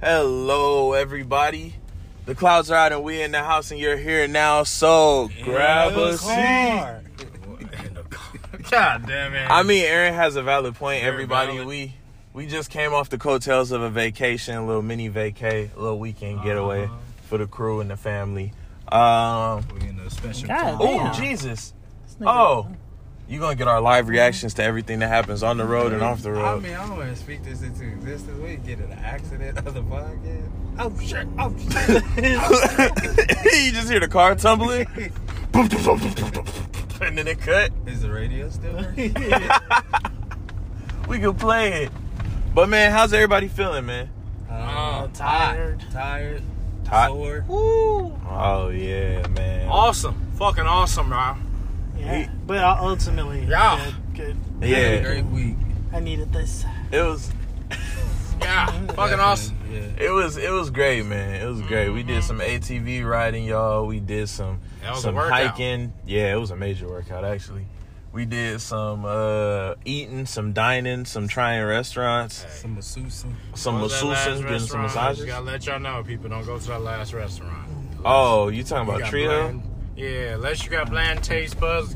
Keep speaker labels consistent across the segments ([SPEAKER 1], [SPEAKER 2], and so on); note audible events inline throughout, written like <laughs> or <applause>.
[SPEAKER 1] Hello, everybody. The clouds are out and we in the house and you're here now. So grab a seat.
[SPEAKER 2] God damn it.
[SPEAKER 1] I mean, Aaron has a valid point.
[SPEAKER 2] Very
[SPEAKER 1] Everybody,
[SPEAKER 2] valid.
[SPEAKER 1] we we just came off the coattails of a vacation, a little mini vacay, a little weekend getaway
[SPEAKER 2] Uh-huh.
[SPEAKER 1] for the crew and the family. Um,
[SPEAKER 2] we in a special
[SPEAKER 3] God
[SPEAKER 2] time.
[SPEAKER 3] damn.
[SPEAKER 1] oh Jesus! Oh, you gonna get our live reactions to everything that happens on the road and off the
[SPEAKER 4] I
[SPEAKER 1] road.
[SPEAKER 4] mean, I don't want to speak this into existence. We get in an accident on the podcast. Oh shit! Oh
[SPEAKER 1] <laughs>
[SPEAKER 4] shit!
[SPEAKER 1] you just hear the car
[SPEAKER 4] <laughs>
[SPEAKER 1] tumbling, and then it cut.
[SPEAKER 4] Is the radio still
[SPEAKER 2] <laughs>
[SPEAKER 4] working? Uh,
[SPEAKER 1] <laughs> We could play it. But man, how's everybody feeling, man?
[SPEAKER 2] Oh,
[SPEAKER 4] Uh,
[SPEAKER 3] tired.
[SPEAKER 4] hot, tired,
[SPEAKER 1] Hot.
[SPEAKER 4] sore.
[SPEAKER 3] Woo.
[SPEAKER 1] Oh yeah, man.
[SPEAKER 2] Awesome. Fucking awesome, bro.
[SPEAKER 3] Yeah. But uh, ultimately,
[SPEAKER 2] Yeah.
[SPEAKER 3] good, good.
[SPEAKER 4] Had a
[SPEAKER 1] Yeah,
[SPEAKER 4] great week.
[SPEAKER 3] I needed this.
[SPEAKER 1] it was
[SPEAKER 2] Yeah. Fucking awesome.
[SPEAKER 4] Yeah.
[SPEAKER 1] it was it was great, man. It was great. We did some ATV riding, y'all. We did some
[SPEAKER 2] Mm-hmm. That was a
[SPEAKER 1] some
[SPEAKER 2] workout.
[SPEAKER 1] hiking. Yeah, it was a major workout actually. We did some uh eating, some dining, some trying restaurants,
[SPEAKER 2] Hey.
[SPEAKER 4] Some masseuse.
[SPEAKER 1] some
[SPEAKER 2] What was that last
[SPEAKER 1] masseuses, getting some
[SPEAKER 2] restaurant? I just
[SPEAKER 1] massages.
[SPEAKER 2] gotta let y'all know, people, don't go to that last restaurant.
[SPEAKER 1] Oh, you talking
[SPEAKER 2] You
[SPEAKER 1] about
[SPEAKER 2] got
[SPEAKER 1] trio?
[SPEAKER 2] bland- Yeah, unless you got bland taste buds.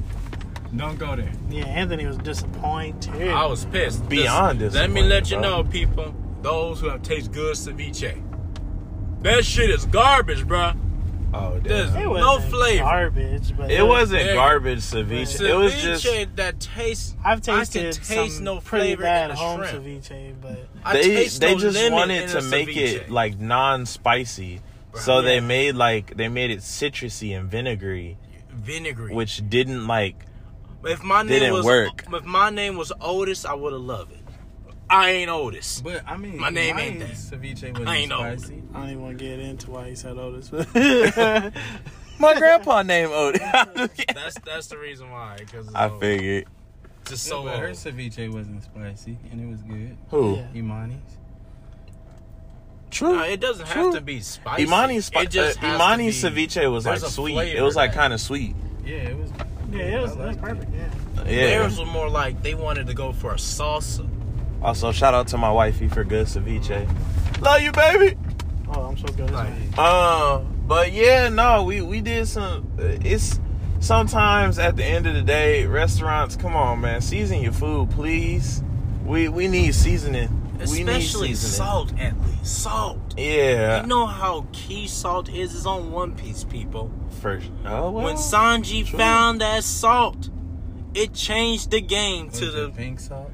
[SPEAKER 4] Don't go there.
[SPEAKER 3] Yeah, Anthony was disappointed.
[SPEAKER 2] I was pissed.
[SPEAKER 1] Beyond
[SPEAKER 2] Listen, Let me let you
[SPEAKER 1] disappointed,
[SPEAKER 2] know, people, those who have taste good ceviche. That shit is garbage, bro.
[SPEAKER 1] Oh,
[SPEAKER 2] This-
[SPEAKER 1] damn.
[SPEAKER 3] it was
[SPEAKER 2] no flavor.
[SPEAKER 3] Garbage, but
[SPEAKER 1] It wasn't
[SPEAKER 2] Yeah.
[SPEAKER 1] garbage ceviche. It was just
[SPEAKER 2] Ceviche that tastes.
[SPEAKER 3] I've
[SPEAKER 2] I can
[SPEAKER 3] tasted
[SPEAKER 2] taste
[SPEAKER 3] some
[SPEAKER 2] no
[SPEAKER 3] pretty
[SPEAKER 2] flavor
[SPEAKER 3] bad
[SPEAKER 2] in the
[SPEAKER 3] home
[SPEAKER 2] shrimp.
[SPEAKER 3] ceviche, but
[SPEAKER 2] I
[SPEAKER 1] they
[SPEAKER 2] taste
[SPEAKER 1] they
[SPEAKER 2] no
[SPEAKER 1] just
[SPEAKER 2] lemon
[SPEAKER 1] wanted
[SPEAKER 2] in
[SPEAKER 1] to
[SPEAKER 2] a
[SPEAKER 1] make
[SPEAKER 2] ceviche.
[SPEAKER 1] it like non-spicy. So
[SPEAKER 2] Yeah.
[SPEAKER 1] they made like they made it citrusy and vinegary,
[SPEAKER 2] vinegary.
[SPEAKER 1] which didn't like
[SPEAKER 2] if my name
[SPEAKER 1] didn't
[SPEAKER 2] was
[SPEAKER 1] work.
[SPEAKER 2] if my name was Otis, I would have loved it. I ain't Otis.
[SPEAKER 4] But I mean,
[SPEAKER 2] My name ain't
[SPEAKER 4] mine
[SPEAKER 2] that.
[SPEAKER 4] Ceviche was
[SPEAKER 2] I ain't old.
[SPEAKER 4] spicy.
[SPEAKER 3] I don't even want to get into why he said Otis. <laughs>
[SPEAKER 1] my grandpa named Otis. <laughs> I'm just kidding.
[SPEAKER 2] That's that's the reason why. Because
[SPEAKER 1] I figured.
[SPEAKER 2] it's just
[SPEAKER 4] So
[SPEAKER 2] so
[SPEAKER 4] but her
[SPEAKER 2] old.
[SPEAKER 4] ceviche wasn't spicy, and it was good.
[SPEAKER 1] Who?
[SPEAKER 3] Yeah.
[SPEAKER 4] Imani's.
[SPEAKER 1] True.
[SPEAKER 2] No, it doesn't have
[SPEAKER 1] True.
[SPEAKER 2] to be spicy.
[SPEAKER 1] Imani's spi-
[SPEAKER 2] It just
[SPEAKER 1] uh,
[SPEAKER 2] has to
[SPEAKER 1] Imani's
[SPEAKER 2] be-
[SPEAKER 1] ceviche was like
[SPEAKER 2] there's a
[SPEAKER 1] sweet. it
[SPEAKER 2] flavor
[SPEAKER 1] was like
[SPEAKER 2] that-
[SPEAKER 1] kind of sweet.
[SPEAKER 4] Yeah, it was.
[SPEAKER 3] yeah, it was,
[SPEAKER 4] I
[SPEAKER 3] it was
[SPEAKER 4] liked it.
[SPEAKER 3] perfect. Yeah.
[SPEAKER 1] Yeah.
[SPEAKER 2] Theirs were more like they wanted to go for a salsa.
[SPEAKER 1] Also, shout out to my wifey for good ceviche. Love you, baby.
[SPEAKER 3] Oh, I'm so good. at
[SPEAKER 2] Like,
[SPEAKER 3] this one.
[SPEAKER 1] Um, but yeah, no, we we did some. It's sometimes at the end of the day, restaurants. Come on, man, season your food, please. We we need seasoning. we need
[SPEAKER 2] especially
[SPEAKER 1] seasoning.
[SPEAKER 2] salt, at least salt.
[SPEAKER 1] Yeah,
[SPEAKER 2] You know how key salt is is on One Piece, people.
[SPEAKER 1] first. Oh well.
[SPEAKER 2] when Sanji
[SPEAKER 1] true.
[SPEAKER 2] found that salt, it changed the game
[SPEAKER 4] Was
[SPEAKER 2] to
[SPEAKER 4] it
[SPEAKER 2] the
[SPEAKER 4] pink salt.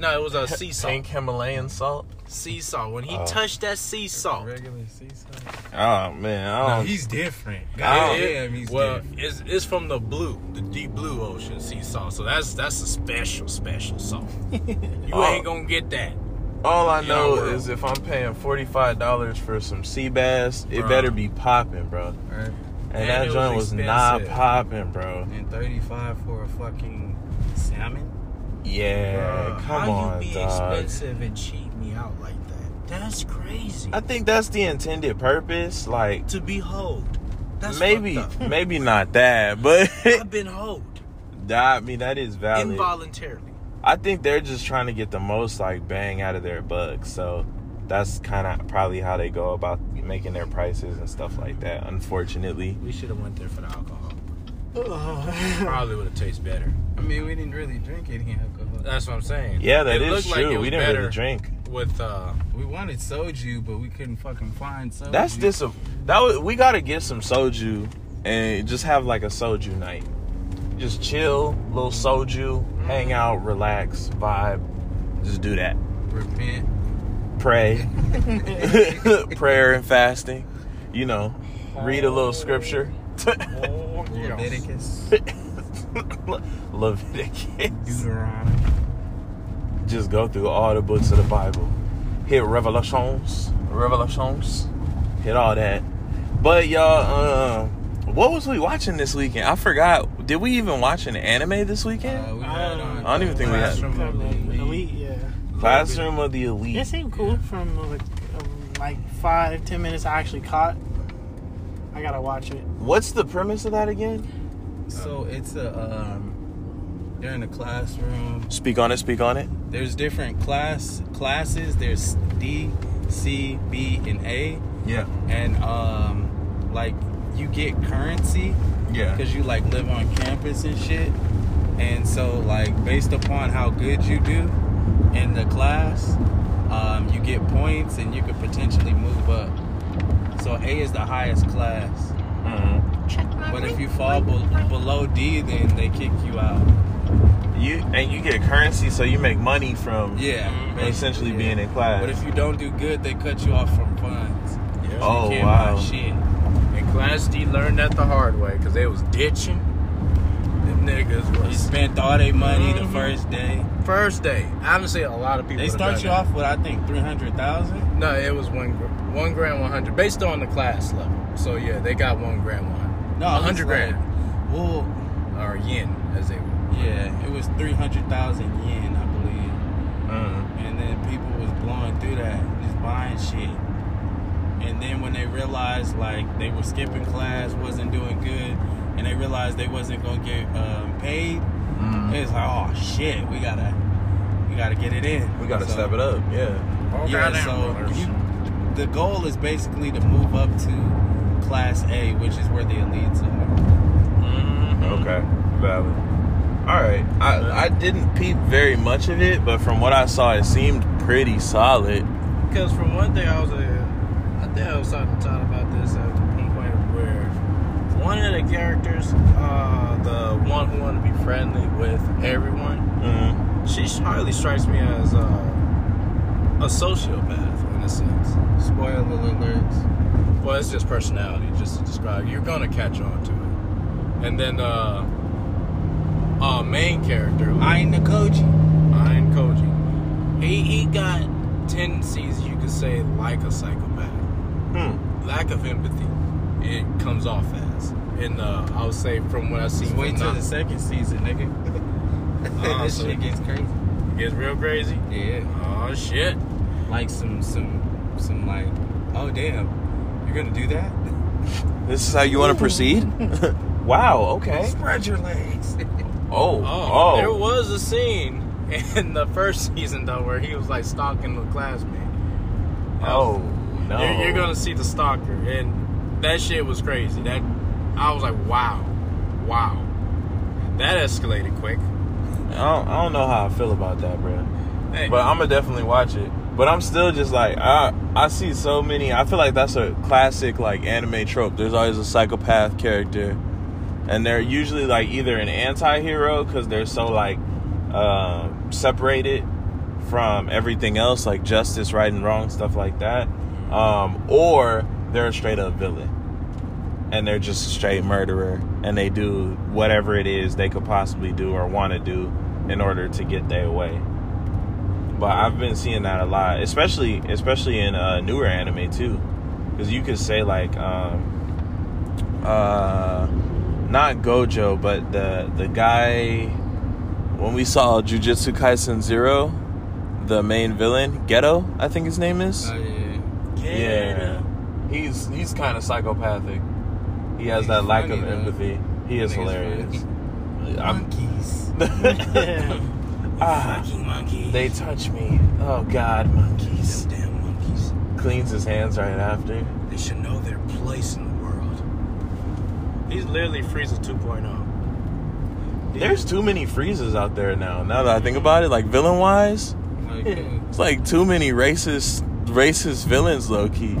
[SPEAKER 2] no. It was
[SPEAKER 1] <laughs>
[SPEAKER 2] a sea salt.
[SPEAKER 1] Pink Himalayan salt.
[SPEAKER 2] Sea salt. When he
[SPEAKER 1] Oh.
[SPEAKER 2] touched that sea salt,
[SPEAKER 4] Regular sea salt.
[SPEAKER 1] Oh man, I
[SPEAKER 4] No,
[SPEAKER 1] don't.
[SPEAKER 4] he's different.
[SPEAKER 1] Oh.
[SPEAKER 4] God damn, he's
[SPEAKER 2] well,
[SPEAKER 4] different.
[SPEAKER 2] it's, it's from the blue, the deep blue ocean sea salt. So that's that's a special
[SPEAKER 1] <laughs>
[SPEAKER 2] special salt. you
[SPEAKER 1] Oh.
[SPEAKER 2] ain't gonna get that.
[SPEAKER 1] all I
[SPEAKER 2] Yeah,
[SPEAKER 1] know
[SPEAKER 2] bro.
[SPEAKER 1] is if I'm paying forty five dollars for some sea bass, it
[SPEAKER 2] Bro.
[SPEAKER 1] better be popping, bro.
[SPEAKER 4] Right?
[SPEAKER 1] And,
[SPEAKER 2] And
[SPEAKER 1] that
[SPEAKER 2] it was
[SPEAKER 1] joint was not
[SPEAKER 2] expensive.
[SPEAKER 1] popping, bro.
[SPEAKER 4] And 35 for a fucking salmon?
[SPEAKER 1] Yeah,
[SPEAKER 2] Bruh,
[SPEAKER 1] Uh, come
[SPEAKER 2] how
[SPEAKER 1] on,
[SPEAKER 2] you be
[SPEAKER 1] dog.
[SPEAKER 2] expensive and cheat me out like that? That's crazy.
[SPEAKER 1] I think that's the intended purpose. Like,
[SPEAKER 2] to be hoed. That's
[SPEAKER 1] maybe, <laughs>
[SPEAKER 2] fucked up.
[SPEAKER 1] maybe not that,
[SPEAKER 2] <laughs>
[SPEAKER 1] but
[SPEAKER 2] I've been hoed
[SPEAKER 1] I mean that is valid.
[SPEAKER 2] involuntarily.
[SPEAKER 1] I think they're just trying to get the most like bang out of their buck, so that's kind of probably how they go about making their prices and stuff like that. Unfortunately,
[SPEAKER 2] We should have went there for the alcohol.
[SPEAKER 3] Oh. <laughs> Ugh.
[SPEAKER 2] Probably would have tasted better.
[SPEAKER 4] I mean, we didn't really drink any alcohol.
[SPEAKER 1] Uh,
[SPEAKER 2] That's what I'm saying.
[SPEAKER 1] yeah, that
[SPEAKER 2] It
[SPEAKER 1] is
[SPEAKER 2] looked like
[SPEAKER 1] true. we
[SPEAKER 2] it was
[SPEAKER 1] didn't
[SPEAKER 2] better
[SPEAKER 1] really drink.
[SPEAKER 2] With uh,
[SPEAKER 4] We wanted soju, but we couldn't fucking find soju.
[SPEAKER 1] That's dis. That was, we gotta get some soju and just have like a soju night. Just chill, little soju,
[SPEAKER 2] Mm.
[SPEAKER 1] hang out, relax, vibe. Just do that.
[SPEAKER 4] Repent.
[SPEAKER 1] pray, <laughs> prayer and fasting. You know, read a little scripture. <laughs>
[SPEAKER 4] Leviticus.
[SPEAKER 1] Leviticus.
[SPEAKER 4] Deuteronomy.
[SPEAKER 1] Just go through all the books of the Bible. Hit Revelations, Revelations. Hit all that. But y'all, um, what was we watching this weekend? I forgot. Did we even watch an anime this weekend?
[SPEAKER 4] Uh, we had on
[SPEAKER 3] I
[SPEAKER 1] don't even think we had-
[SPEAKER 4] Classroom of the
[SPEAKER 3] Elite,
[SPEAKER 4] Elite.
[SPEAKER 3] yeah.
[SPEAKER 1] Classroom of the Elite.
[SPEAKER 3] It seemed cool from like, um, like five, ten minutes I actually caught. I gotta watch it.
[SPEAKER 1] What's the premise of that again?
[SPEAKER 4] So it's a, um, they're in a classroom.
[SPEAKER 1] Speak on it. Speak on it.
[SPEAKER 4] There's different class classes. There's D, C, B, and A.
[SPEAKER 1] Yeah.
[SPEAKER 4] And um, like you get currency
[SPEAKER 1] Yeah.
[SPEAKER 4] because you like live on campus and shit. And so like based upon how good you do in the class, um, you get points and you could potentially move up. So A is the highest class.
[SPEAKER 1] Mhm.
[SPEAKER 4] But if you fall be- below D, then they kick you out.
[SPEAKER 1] You and you get currency, so you make money from
[SPEAKER 4] Yeah,
[SPEAKER 1] from
[SPEAKER 4] basically,
[SPEAKER 1] essentially
[SPEAKER 4] Mm-hmm. yeah.
[SPEAKER 1] being in class.
[SPEAKER 4] But if you don't do good, they cut you off from funds.
[SPEAKER 2] Yeah.
[SPEAKER 1] Oh,
[SPEAKER 4] you
[SPEAKER 1] wow.
[SPEAKER 4] buy shit.
[SPEAKER 2] And Class D learned that the hard way because they was ditching. Them niggas
[SPEAKER 4] You
[SPEAKER 2] was
[SPEAKER 4] spent all their money the
[SPEAKER 2] Mhm.
[SPEAKER 4] first day.
[SPEAKER 2] first day. Honestly, a lot of people.
[SPEAKER 4] They
[SPEAKER 2] done
[SPEAKER 4] start you
[SPEAKER 2] that.
[SPEAKER 4] off with I think three hundred thousand.
[SPEAKER 2] No, it was one gr- one grand one hundred based on the class level. So yeah, they got one grand one.
[SPEAKER 4] No,
[SPEAKER 2] a
[SPEAKER 4] it was
[SPEAKER 2] hundred
[SPEAKER 4] like-
[SPEAKER 2] grand
[SPEAKER 4] Well,
[SPEAKER 2] or yen as they were.
[SPEAKER 4] yeah, it was three hundred thousand yen, I believe.
[SPEAKER 1] Mhm.
[SPEAKER 4] And then people was blowing through that, just buying shit. And then when they realized like they were skipping class, wasn't doing good, and they realized they wasn't gonna get um, paid,
[SPEAKER 1] Mhm.
[SPEAKER 4] it's like oh shit, we gotta we gotta get it in.
[SPEAKER 1] we gotta
[SPEAKER 4] So-
[SPEAKER 1] step it up. Yeah.
[SPEAKER 2] All
[SPEAKER 4] Yeah,
[SPEAKER 2] goddamn
[SPEAKER 4] so
[SPEAKER 2] brothers.
[SPEAKER 4] you, the goal is basically to move up to Class A, which is where the elites are. Mm-hmm.
[SPEAKER 1] Okay. Valid. All right. I I didn't peep very much of it, but from what I saw, it seemed pretty solid.
[SPEAKER 2] Because from one thing I was, uh, I think I was talking to Todd about this at one point where one of the characters, uh, the one who wanted to be friendly with everyone,
[SPEAKER 1] Mhm.
[SPEAKER 2] she hardly strikes me as uh, a sociopath in a sense.
[SPEAKER 4] Spoiler alerts.
[SPEAKER 2] Well, it's just personality, just to describe. You're gonna catch on to it. And then, uh, uh, main character,
[SPEAKER 4] I ain't the coach.
[SPEAKER 2] Iron Koji, he he got tendencies you could say like a psychopath.
[SPEAKER 1] Hmm.
[SPEAKER 2] lack of empathy, it comes off as. And uh, I would say from what I see,
[SPEAKER 4] Just wait
[SPEAKER 2] from
[SPEAKER 4] till
[SPEAKER 2] not-
[SPEAKER 4] the second season, nigga. <laughs> this
[SPEAKER 2] Awesome.
[SPEAKER 4] shit gets crazy.
[SPEAKER 2] it gets real crazy.
[SPEAKER 4] Yeah,
[SPEAKER 2] Oh shit!
[SPEAKER 4] like some some some like, oh damn, you're gonna do that?
[SPEAKER 1] This is how you want to
[SPEAKER 2] <laughs>
[SPEAKER 1] proceed. <laughs> wow. Okay.
[SPEAKER 4] Spread your legs.
[SPEAKER 1] Oh.
[SPEAKER 2] Oh,
[SPEAKER 1] Oh.
[SPEAKER 2] there was a scene in the first season though where he was like stalking the classmate.
[SPEAKER 1] Oh, no.
[SPEAKER 2] You're, you're gonna see the stalker, and that shit was crazy. That I was like, wow, wow, that escalated quick.
[SPEAKER 1] I don't, I don't know how I feel about that, bro.
[SPEAKER 2] Hey,
[SPEAKER 1] But I'm gonna definitely watch it. But I'm still just like I I see so many. I feel like that's a classic like anime trope. There's always a psychopath character, and they're usually like either an anti-hero because they're so like um separated from everything else, like justice, right and wrong, stuff like that, um, or they're a straight up villain. And they're just a straight murderer, and they do whatever it is they could possibly do or want to do in order to get their way but I've been seeing that a lot, especially especially in uh, newer anime too, because you could say like, um, uh, not Gojo, but the the guy when we saw Jujutsu Kaisen Zero, the main villain Ghetto, I think his name is.
[SPEAKER 4] Oh yeah.
[SPEAKER 1] yeah, he's he's kind of psychopathic. He has
[SPEAKER 4] He's
[SPEAKER 1] that lack
[SPEAKER 4] funny,
[SPEAKER 1] of
[SPEAKER 4] though.
[SPEAKER 1] empathy. He is
[SPEAKER 4] Nigga's
[SPEAKER 1] hilarious. I'm-
[SPEAKER 4] Monkeys. <laughs>
[SPEAKER 1] ah,
[SPEAKER 4] Fucking
[SPEAKER 1] <laughs>
[SPEAKER 4] monkeys.
[SPEAKER 1] they touch me. Oh God, monkeys.
[SPEAKER 2] damn monkeys.
[SPEAKER 1] cleans his hands right after.
[SPEAKER 2] They should know their place in the world. He's literally Frieza 2.0.
[SPEAKER 1] There's too many freezes out there now. Now that I think about it, like villain wise,
[SPEAKER 4] <laughs> Okay.
[SPEAKER 1] it's like too many racist racist villains low key.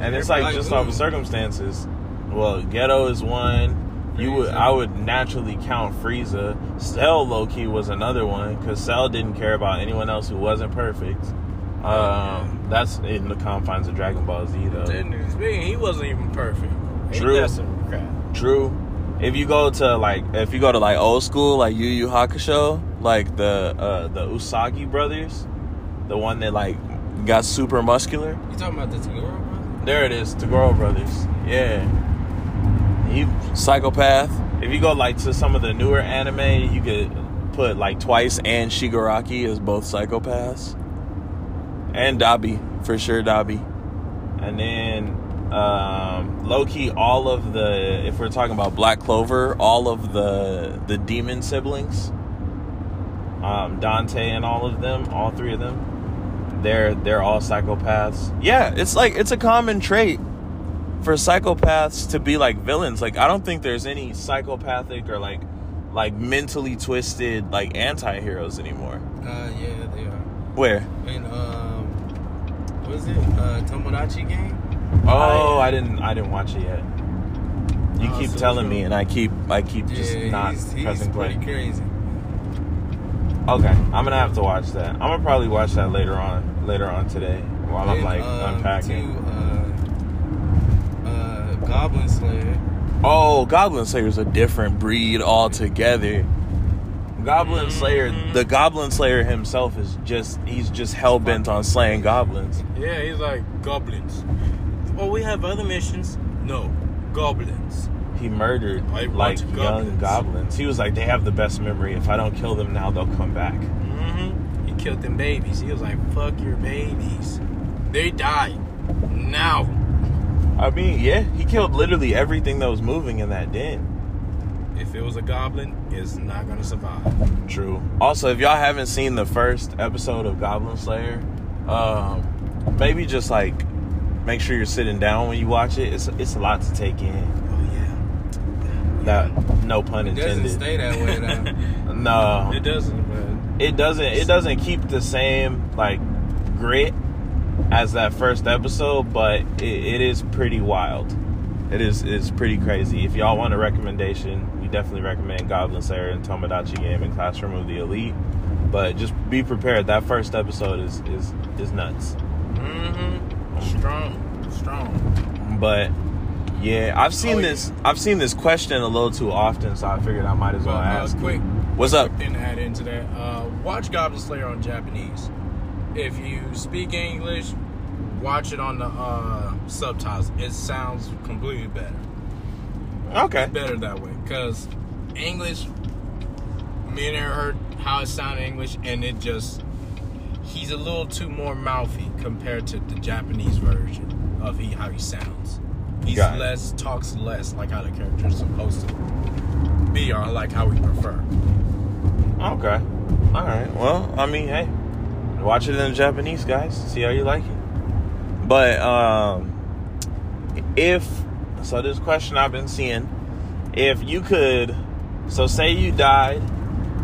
[SPEAKER 1] And it's like
[SPEAKER 4] Like
[SPEAKER 1] just
[SPEAKER 4] who?
[SPEAKER 1] off of circumstances. Well, ghetto is one. You would
[SPEAKER 4] Frieza.
[SPEAKER 1] I would naturally count Frieza. Cell low key was another one because Cell didn't care about anyone else who wasn't perfect. Um, that's in the confines of Dragon Ball Z though.
[SPEAKER 2] That nigga's big. He wasn't even perfect. Ain't
[SPEAKER 1] True.
[SPEAKER 2] that some crap?
[SPEAKER 1] True. If you go to like if you go to like old school like Yu Yu Hakusho, like the uh the Usagi brothers, the one that like got super muscular.
[SPEAKER 4] You talking about the Tagoro brother?
[SPEAKER 1] There it is, Tagoro brothers. Yeah. He psychopath. If you go like to some of the newer anime, you could put like Twice and Shigaraki as both psychopaths. And Dabi, for sure Dabi. And then um low key all of the if we're talking about Black Clover, all of the the demon siblings. Um Dante and all of them, all three of them. they're they're all psychopaths. Yeah, it's like it's a common trait for psychopaths to be like villains. Like I don't think there's any psychopathic or like like mentally twisted like anti-heroes anymore.
[SPEAKER 4] Uh, yeah, they are.
[SPEAKER 1] Where?
[SPEAKER 4] And um, what is it? Uh, Tomodachi game.
[SPEAKER 1] Oh, I didn't I didn't watch it yet. You
[SPEAKER 4] Oh,
[SPEAKER 1] keep
[SPEAKER 4] so
[SPEAKER 1] telling
[SPEAKER 4] true.
[SPEAKER 1] me and I keep I keep just
[SPEAKER 4] yeah,
[SPEAKER 1] not
[SPEAKER 4] he's, he's
[SPEAKER 1] pressing play.
[SPEAKER 4] pretty crazy.
[SPEAKER 1] Okay, I'm gonna have to watch that. I'm gonna probably watch that later on, later on today, while I'm
[SPEAKER 4] And,
[SPEAKER 1] like
[SPEAKER 4] um,
[SPEAKER 1] unpacking.
[SPEAKER 4] To, uh, uh, Goblin Slayer.
[SPEAKER 1] Oh, Goblin Slayer's a different breed altogether. Goblin Slayer, the Goblin Slayer himself is just—he's just hell bent on slaying goblins.
[SPEAKER 2] Yeah, he's like goblins. Well, Oh, we have other missions. No, goblins.
[SPEAKER 1] He murdered
[SPEAKER 2] I want
[SPEAKER 1] like young
[SPEAKER 2] goblins.
[SPEAKER 1] goblins. He was like, they have the best memory. If I don't kill them now, they'll come back.
[SPEAKER 2] Mm-hmm. He killed them babies. He was like, "Fuck your babies. They die now."
[SPEAKER 1] I mean, yeah, he killed literally everything that was moving in that den.
[SPEAKER 2] If it was a goblin, it's not gonna survive.
[SPEAKER 1] Oh, True. Also, if y'all haven't seen the first episode of Goblin Slayer, um, maybe just like make sure you're sitting down when you watch it. It's it's a lot to take in.
[SPEAKER 2] Oh yeah.
[SPEAKER 1] That no pun
[SPEAKER 4] It doesn't
[SPEAKER 1] intended.
[SPEAKER 4] stay that way though.
[SPEAKER 1] <laughs> no,
[SPEAKER 2] It doesn't, but
[SPEAKER 1] it doesn't. It doesn't keep the same like grit as that first episode, but it, it is pretty wild. It is it's pretty crazy. If y'all want a recommendation, we definitely recommend Goblin Slayer and Tomodachi Game and Classroom of the Elite. But just be prepared. That first episode is is is nuts.
[SPEAKER 2] mm-hmm. strong, strong.
[SPEAKER 1] But yeah, I've seen
[SPEAKER 2] Oh, yeah.
[SPEAKER 1] this. I've seen this question a little too often, so I figured I might as well
[SPEAKER 2] uh,
[SPEAKER 1] ask. you.
[SPEAKER 2] quick,
[SPEAKER 1] What's up?
[SPEAKER 2] and add into that. Uh, watch Goblin Slayer on Japanese. If you speak English, watch it on the uh, subtitles. It sounds completely better.
[SPEAKER 1] Okay.
[SPEAKER 2] Better that way, cause English. Me and her heard how it sounded in English, and it just. He's a little too more mouthy compared to the Japanese version of he, how he sounds. He's
[SPEAKER 1] Got it.
[SPEAKER 2] less, talks less like how the character is supposed to be, or like how we prefer.
[SPEAKER 1] Okay. All right. Well, I mean, hey, watch it in Japanese, guys. See how you like it. But um, if so, this question I've been seeing: if you could, so say you died,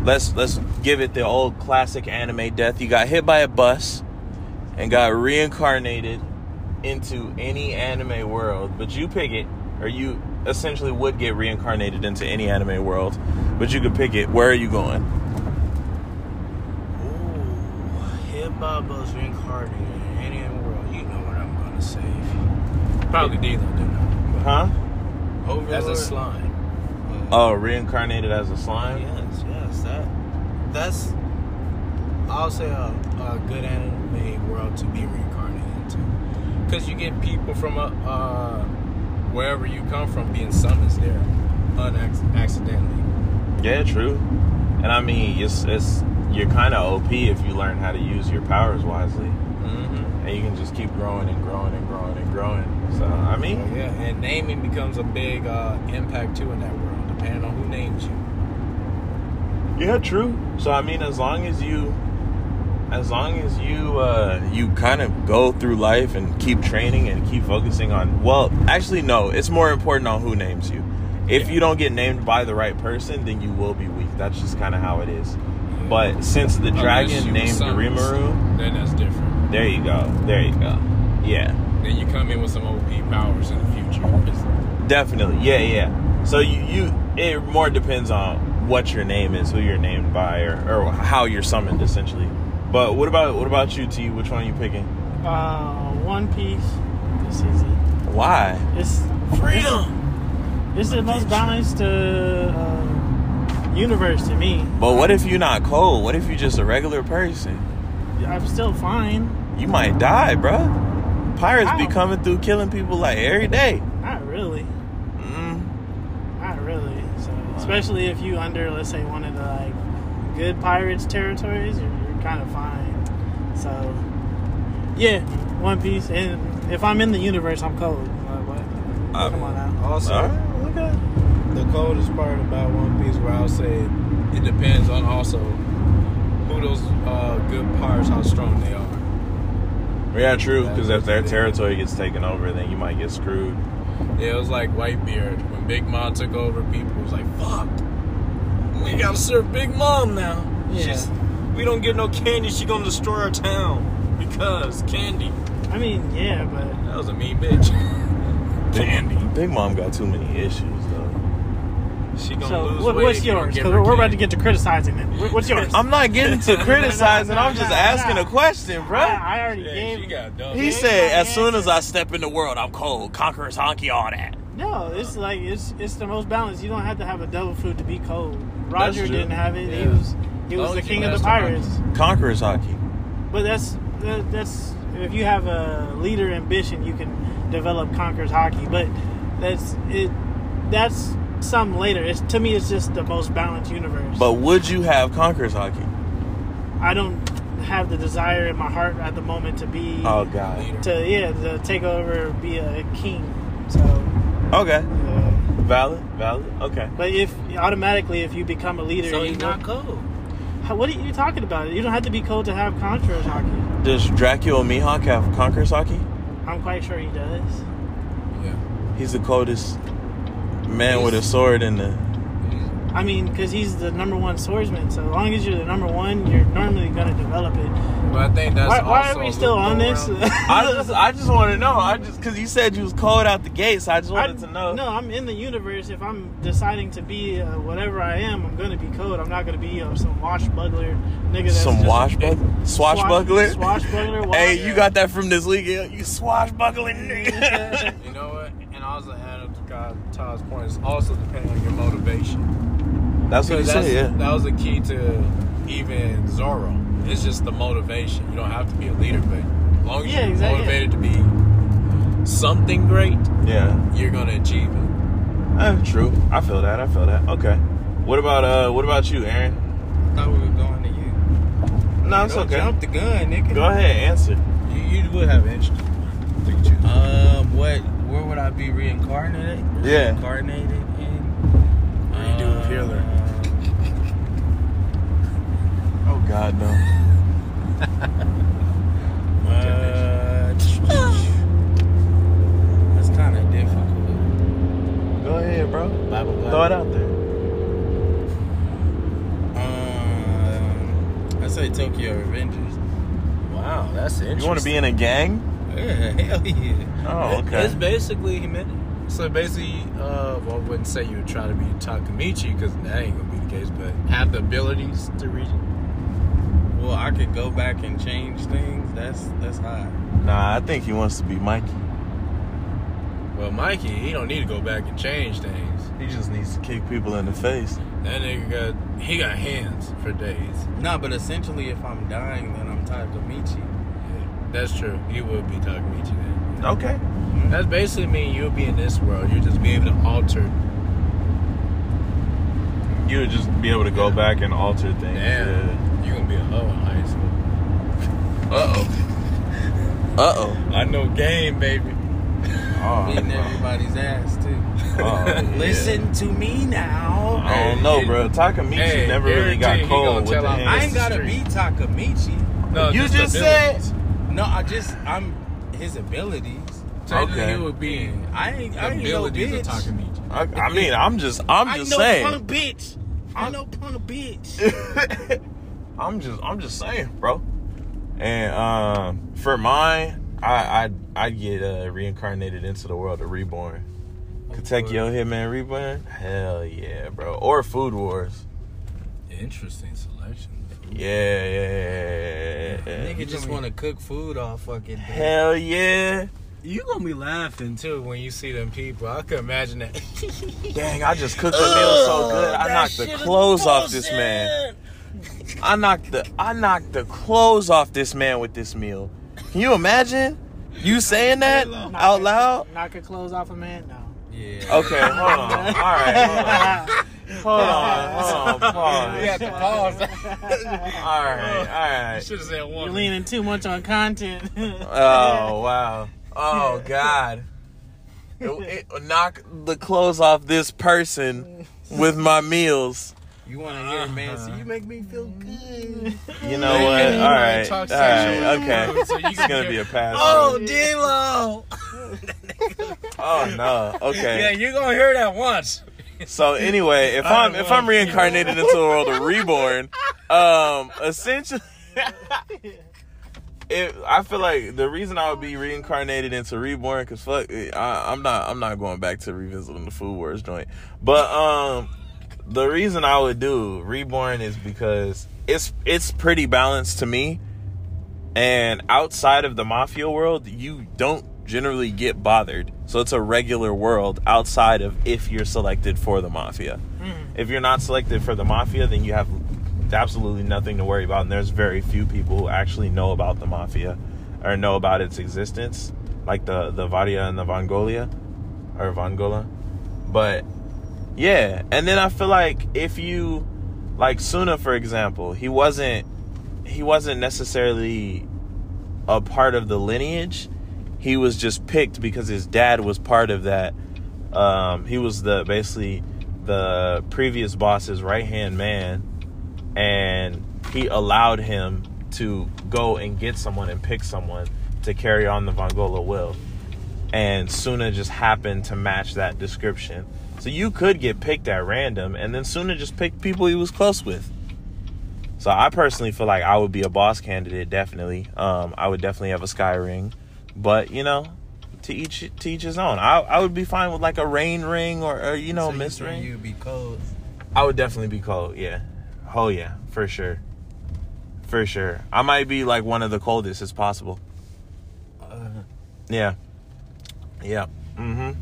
[SPEAKER 1] let's let's give it the old classic anime death. You got hit by a bus and got reincarnated into any anime world, but you pick it, or you essentially would get reincarnated into any anime world, but you could pick it. Where are you going?
[SPEAKER 2] Ooh, hip hop was reincarnated in any world. You know what I'm gonna save. Probably Dilo, didn't
[SPEAKER 1] Huh?
[SPEAKER 2] I? Over as a slime.
[SPEAKER 1] Oh, reincarnated as a slime?
[SPEAKER 2] Yes, yes, that that's I'll say a, a good anime world to be reincarnated into, because you get people from a, uh, wherever you come from being summoned there, unac- accidentally.
[SPEAKER 1] Yeah, true. And I mean, it's, it's you're kind of OP if you learn how to use your powers wisely.
[SPEAKER 2] Mm-hmm.
[SPEAKER 1] And you can just keep growing and growing and growing and growing. So, I mean,
[SPEAKER 2] Yeah, and naming becomes a big uh, impact too in that world, depending on who names you.
[SPEAKER 1] yeah, true. So, I mean, as long as you as long as you uh you kind of go through life and keep training and keep focusing on well, actually no, it's more important on who names you. If you don't get named by the right person, then you will be weak. That's just kind of how it is. But since the dragon named Rimuru,
[SPEAKER 2] Then that's different.
[SPEAKER 1] There you go. There you go. Yeah,
[SPEAKER 2] Then you come in with some OP powers in the future.
[SPEAKER 1] definitely. Yeah, yeah. So you, you it more depends on what your name is, who you're named by, or, or how you're summoned, essentially. But what about what about you, T? Which one are you picking?
[SPEAKER 3] <laughs> Uh, One Piece. This is it.
[SPEAKER 1] Why?
[SPEAKER 3] It's
[SPEAKER 2] Freedom!
[SPEAKER 3] it's the most balanced uh, uh, universe to me.
[SPEAKER 1] But what if you're not cold? What if you're just a regular person?
[SPEAKER 3] I'm still fine.
[SPEAKER 1] You might die, bruh. Pirates be
[SPEAKER 3] How?
[SPEAKER 1] coming through killing people like every day.
[SPEAKER 3] Not really.
[SPEAKER 1] Mm.
[SPEAKER 3] Not really. So especially if you under let's say one of the like good pirates territories, you're, you're kind of fine. So yeah, One Piece. And if I'm in the universe, I'm cold. Like, what?
[SPEAKER 1] Uh,
[SPEAKER 3] Come on now.
[SPEAKER 2] Also,
[SPEAKER 1] All right, look at
[SPEAKER 2] the coldest part about One Piece where I'll say it depends on also who those uh, good pirates, how strong they are.
[SPEAKER 1] Yeah, true. Because if their territory gets taken over, then you might get screwed.
[SPEAKER 2] Yeah, it was like Whitebeard. When Big Mom took over, people was like, fuck. We gotta serve Big Mom now.
[SPEAKER 3] Yeah.
[SPEAKER 2] She's, we don't get no candy. She gonna destroy our town. Because candy.
[SPEAKER 3] I mean, yeah, but
[SPEAKER 2] That was a mean
[SPEAKER 3] <laughs>
[SPEAKER 2] bitch. candy.
[SPEAKER 1] Big Mom got too many issues though.
[SPEAKER 2] She gonna
[SPEAKER 3] so
[SPEAKER 2] lose
[SPEAKER 3] what,
[SPEAKER 2] weight
[SPEAKER 3] what's
[SPEAKER 2] if you don't
[SPEAKER 3] yours?
[SPEAKER 2] give
[SPEAKER 3] Because
[SPEAKER 2] her
[SPEAKER 3] we're, we're about to
[SPEAKER 2] candy.
[SPEAKER 3] get to criticizing them. What- What's yours?
[SPEAKER 1] I'm not getting <laughs> to criticizing. I'm just
[SPEAKER 3] Nah,
[SPEAKER 1] asking
[SPEAKER 3] nah.
[SPEAKER 1] a question,
[SPEAKER 3] I,
[SPEAKER 1] bruh.
[SPEAKER 3] I already
[SPEAKER 2] Yeah,
[SPEAKER 3] gave.
[SPEAKER 2] she got dumb.
[SPEAKER 1] He
[SPEAKER 3] Yeah,
[SPEAKER 1] said,
[SPEAKER 3] yeah,
[SPEAKER 1] as soon
[SPEAKER 3] yeah.
[SPEAKER 1] as I step in the world, I'm cold. Conquerors honky, all that.
[SPEAKER 3] No, it's like it's it's the most balanced. You don't have to have a devil fruit to be cold.
[SPEAKER 1] That's
[SPEAKER 3] Roger
[SPEAKER 1] true.
[SPEAKER 3] didn't have it. He
[SPEAKER 2] Yeah.
[SPEAKER 3] was he
[SPEAKER 2] As
[SPEAKER 3] was
[SPEAKER 2] long
[SPEAKER 3] the
[SPEAKER 2] as you
[SPEAKER 3] king of the
[SPEAKER 2] master hockey.
[SPEAKER 3] pirates.
[SPEAKER 1] Conquerors hockey.
[SPEAKER 3] But that's that, that's if you have a leader ambition, you can develop conquers hockey. But that's it. That's some later. It's to me, it's just the most balanced universe.
[SPEAKER 1] But would you have Conquerors hockey?
[SPEAKER 3] I don't have the desire in my heart at the moment to be
[SPEAKER 1] Oh God.
[SPEAKER 2] Leader.
[SPEAKER 3] to yeah to take over be a king. So,
[SPEAKER 1] Okay.
[SPEAKER 3] uh,
[SPEAKER 1] Valid. Valid. Okay.
[SPEAKER 3] but if automatically if you become a leader,
[SPEAKER 2] So
[SPEAKER 3] you
[SPEAKER 2] he's
[SPEAKER 3] will-
[SPEAKER 2] not cold.
[SPEAKER 3] How- What are you talking about? You don't have to be cold to have conquerors hockey.
[SPEAKER 1] Does Dracula Mihawk have Conquerors hockey?
[SPEAKER 3] I'm quite sure he does.
[SPEAKER 2] Yeah.
[SPEAKER 1] He's the coldest man with a sword in the.
[SPEAKER 3] I mean, because he's the number one swordsman. So as long as you're the number one, you're normally going to develop it.
[SPEAKER 2] But I think that's
[SPEAKER 3] Why, why
[SPEAKER 2] also
[SPEAKER 3] are we still on this? <laughs>
[SPEAKER 2] loop-around.
[SPEAKER 1] I just, I just want to know. I just because you said you was cold out the gate, so I just wanted to know.
[SPEAKER 3] No, I'm in the universe. If I'm deciding to be uh, whatever I am, I'm going to be cold. I'm not going to be uh, some washbuckler nigga. That's
[SPEAKER 1] Some
[SPEAKER 3] just-
[SPEAKER 1] washbuckler,
[SPEAKER 3] Swash-
[SPEAKER 1] swashbuckler. <laughs>
[SPEAKER 3] Swashbuckler.
[SPEAKER 1] hey, you
[SPEAKER 3] wash-
[SPEAKER 1] got that from this league? yeah? You swashbuckling <laughs> nigga.
[SPEAKER 2] You know what? And also, added to Kyle- Todd's point, it's also depending on your motivation.
[SPEAKER 1] That's what he
[SPEAKER 2] Because
[SPEAKER 1] said. Yeah.
[SPEAKER 2] That was the key to even Zorro. It's just the motivation. You don't have to be a leader, but as long as
[SPEAKER 3] Yeah,
[SPEAKER 2] you're
[SPEAKER 3] exactly.
[SPEAKER 2] motivated to be something great,
[SPEAKER 1] Yeah.
[SPEAKER 2] you're gonna achieve it.
[SPEAKER 1] Uh, true. I feel that. I feel that. Okay. What about uh? What about you, Aaron?
[SPEAKER 4] I thought we were going to you.
[SPEAKER 1] No, it's
[SPEAKER 4] Don't
[SPEAKER 1] okay.
[SPEAKER 4] Jump the gun, nigga.
[SPEAKER 1] Go ahead, answer.
[SPEAKER 2] You, you would have interest. Think you.
[SPEAKER 4] Um, what? Where would I be reincarnated?
[SPEAKER 1] Yeah.
[SPEAKER 4] Reincarnated in?
[SPEAKER 2] Redo
[SPEAKER 4] Uh,
[SPEAKER 2] Peeler.
[SPEAKER 1] Oh God, no.
[SPEAKER 4] Uh, that's kind of Uh, difficult.
[SPEAKER 1] Go ahead, bro.
[SPEAKER 4] Bible
[SPEAKER 1] Throw it out there.
[SPEAKER 4] Um, I say Tokyo Avengers.
[SPEAKER 2] Wow, that's interesting.
[SPEAKER 1] You want to be in a gang?
[SPEAKER 4] Yeah, <laughs> hell yeah.
[SPEAKER 1] Oh, okay.
[SPEAKER 2] It's basically humanity. So basically, uh, well, I wouldn't say you would try to be Takamichi because that ain't gonna be the case, but have the abilities to reach.
[SPEAKER 4] Well, I could go back and change things. That's that's high.
[SPEAKER 1] Nah, I think he wants to be Mikey.
[SPEAKER 2] Well, Mikey, he don't need to go back and change things.
[SPEAKER 1] He just needs to kick people in the face.
[SPEAKER 2] That nigga got he got hands for days.
[SPEAKER 4] Nah, but essentially, if I'm dying, then I'm Takamichi.
[SPEAKER 2] That's true. He would be Takamichi then.
[SPEAKER 1] Okay.
[SPEAKER 2] That's basically mean you'll be in this world. You'll just be able to alter.
[SPEAKER 1] You would just be able to go back and alter things.
[SPEAKER 2] Damn, you gonna be a hoe in high school. <laughs> Uh oh,
[SPEAKER 1] Uh oh.
[SPEAKER 2] I know game, baby.
[SPEAKER 1] Ah,
[SPEAKER 4] Beating everybody's ass too. <laughs>
[SPEAKER 1] Oh, yeah.
[SPEAKER 4] Listen to me now.
[SPEAKER 1] I don't know, bro. Takamichi
[SPEAKER 2] Hey,
[SPEAKER 1] never really
[SPEAKER 2] guarantee
[SPEAKER 1] got
[SPEAKER 2] he
[SPEAKER 1] cold
[SPEAKER 2] gonna
[SPEAKER 1] with
[SPEAKER 2] tell
[SPEAKER 1] the
[SPEAKER 2] him,
[SPEAKER 1] hands.
[SPEAKER 4] I ain't
[SPEAKER 2] the
[SPEAKER 4] gotta
[SPEAKER 2] street.
[SPEAKER 4] be Takamichi.
[SPEAKER 2] No,
[SPEAKER 1] you just said.
[SPEAKER 2] abilities.
[SPEAKER 4] No, I just I'm his abilities.
[SPEAKER 2] Technically,
[SPEAKER 1] Okay.
[SPEAKER 2] he would be
[SPEAKER 4] I ain't I ain't no
[SPEAKER 2] abilities of
[SPEAKER 4] bitch.
[SPEAKER 2] Takamichi.
[SPEAKER 1] I, I mean, I'm just, I'm
[SPEAKER 4] I
[SPEAKER 1] just
[SPEAKER 4] no
[SPEAKER 1] saying.
[SPEAKER 4] punk bitch. I no punk bitch.
[SPEAKER 1] <laughs> I'm just, I'm just saying, bro. And um, for mine, I, I, I get uh, reincarnated into the world of reborn. Kentucky Yo Hitman Reborn, hell yeah, bro. Or Food Wars,
[SPEAKER 2] Interesting selection.
[SPEAKER 1] yeah, yeah, yeah, yeah, yeah.
[SPEAKER 4] Nigga just want to cook food all fucking day.
[SPEAKER 1] Hell yeah.
[SPEAKER 2] You gonna be laughing too when you see them people. I could imagine that. <laughs>
[SPEAKER 1] Dang, I just cooked a meal so good. I knocked the clothes off this man. I knocked the I knocked the clothes off this man with this meal. Can you imagine? You saying that
[SPEAKER 3] Knock
[SPEAKER 1] out
[SPEAKER 3] a-
[SPEAKER 1] loud?
[SPEAKER 3] Knock a clothes off a man? No. Ah,
[SPEAKER 4] Yeah.
[SPEAKER 1] Okay, hold on. All right, hold on. Hold on, hold on, pause.
[SPEAKER 4] We had to pause.
[SPEAKER 1] All right, all right.
[SPEAKER 2] should have said one.
[SPEAKER 3] You're leaning too much on content. <laughs>
[SPEAKER 1] Oh wow. Oh God. It- it- knock the clothes off this person with my meals.
[SPEAKER 4] You want to hear, man? So
[SPEAKER 2] Uh-huh.
[SPEAKER 4] you make me feel good.
[SPEAKER 1] You know what?
[SPEAKER 2] and you
[SPEAKER 1] All
[SPEAKER 2] wanna
[SPEAKER 1] right. All right.
[SPEAKER 2] talk sexual
[SPEAKER 1] Okay.
[SPEAKER 2] so you
[SPEAKER 1] It's
[SPEAKER 2] can
[SPEAKER 1] going to
[SPEAKER 2] get-
[SPEAKER 1] be a pass.
[SPEAKER 4] Oh,
[SPEAKER 1] Oh,
[SPEAKER 4] D Lo.
[SPEAKER 1] <laughs> oh no.
[SPEAKER 4] Yeah,
[SPEAKER 1] Okay.
[SPEAKER 4] you're gonna hear that once.
[SPEAKER 1] So anyway, if I'm if I'm reincarnated into the world of reborn, um essentially <laughs> it, I feel like the reason I would be reincarnated into reborn cuz fuck I, I'm not I'm not going back to revisiting the food wars joint. But um the reason I would do reborn is because it's it's pretty balanced to me. And outside of the mafia world, you don't generally get bothered. So it's a regular world outside of if you're selected for the mafia. If you're not selected for the mafia, then you have absolutely nothing to worry about. And there's very few people who actually know about the mafia or know about its existence, like the, the Varia and the Vangolia or Vangola. But yeah, and then I feel like if you like Suna, for example, he wasn't he wasn't necessarily a part of the lineage. He was just picked because his dad was part of that. Um, he was the basically the previous boss's right hand man, and he allowed him to go and get someone and pick someone to carry on the Vongola will. And Suna just happened to match that description. So you could get picked at random, and then Suna just picked people he was close with. So I personally feel like I would be a boss candidate, definitely. Um, I would definitely have a sky ring, but you know, to each to each his own. I I would be fine with like a rain ring or, or you know
[SPEAKER 4] So
[SPEAKER 1] miss
[SPEAKER 4] you,
[SPEAKER 1] ring.
[SPEAKER 4] You be cold.
[SPEAKER 1] I would definitely be cold. Yeah. Oh yeah, for sure. For sure. I might be like one of the coldest as possible. Yeah. Yeah. Mhm.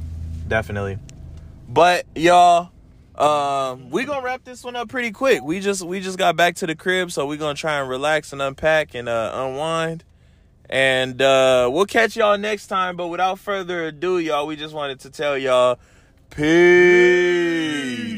[SPEAKER 1] Definitely. But y'all, um we going to wrap this one up pretty quick. We just we just got back to the crib, so we going to try and relax and unpack and uh unwind. And uh we'll catch y'all next time, but without further ado, y'all, we just wanted to tell y'all peace.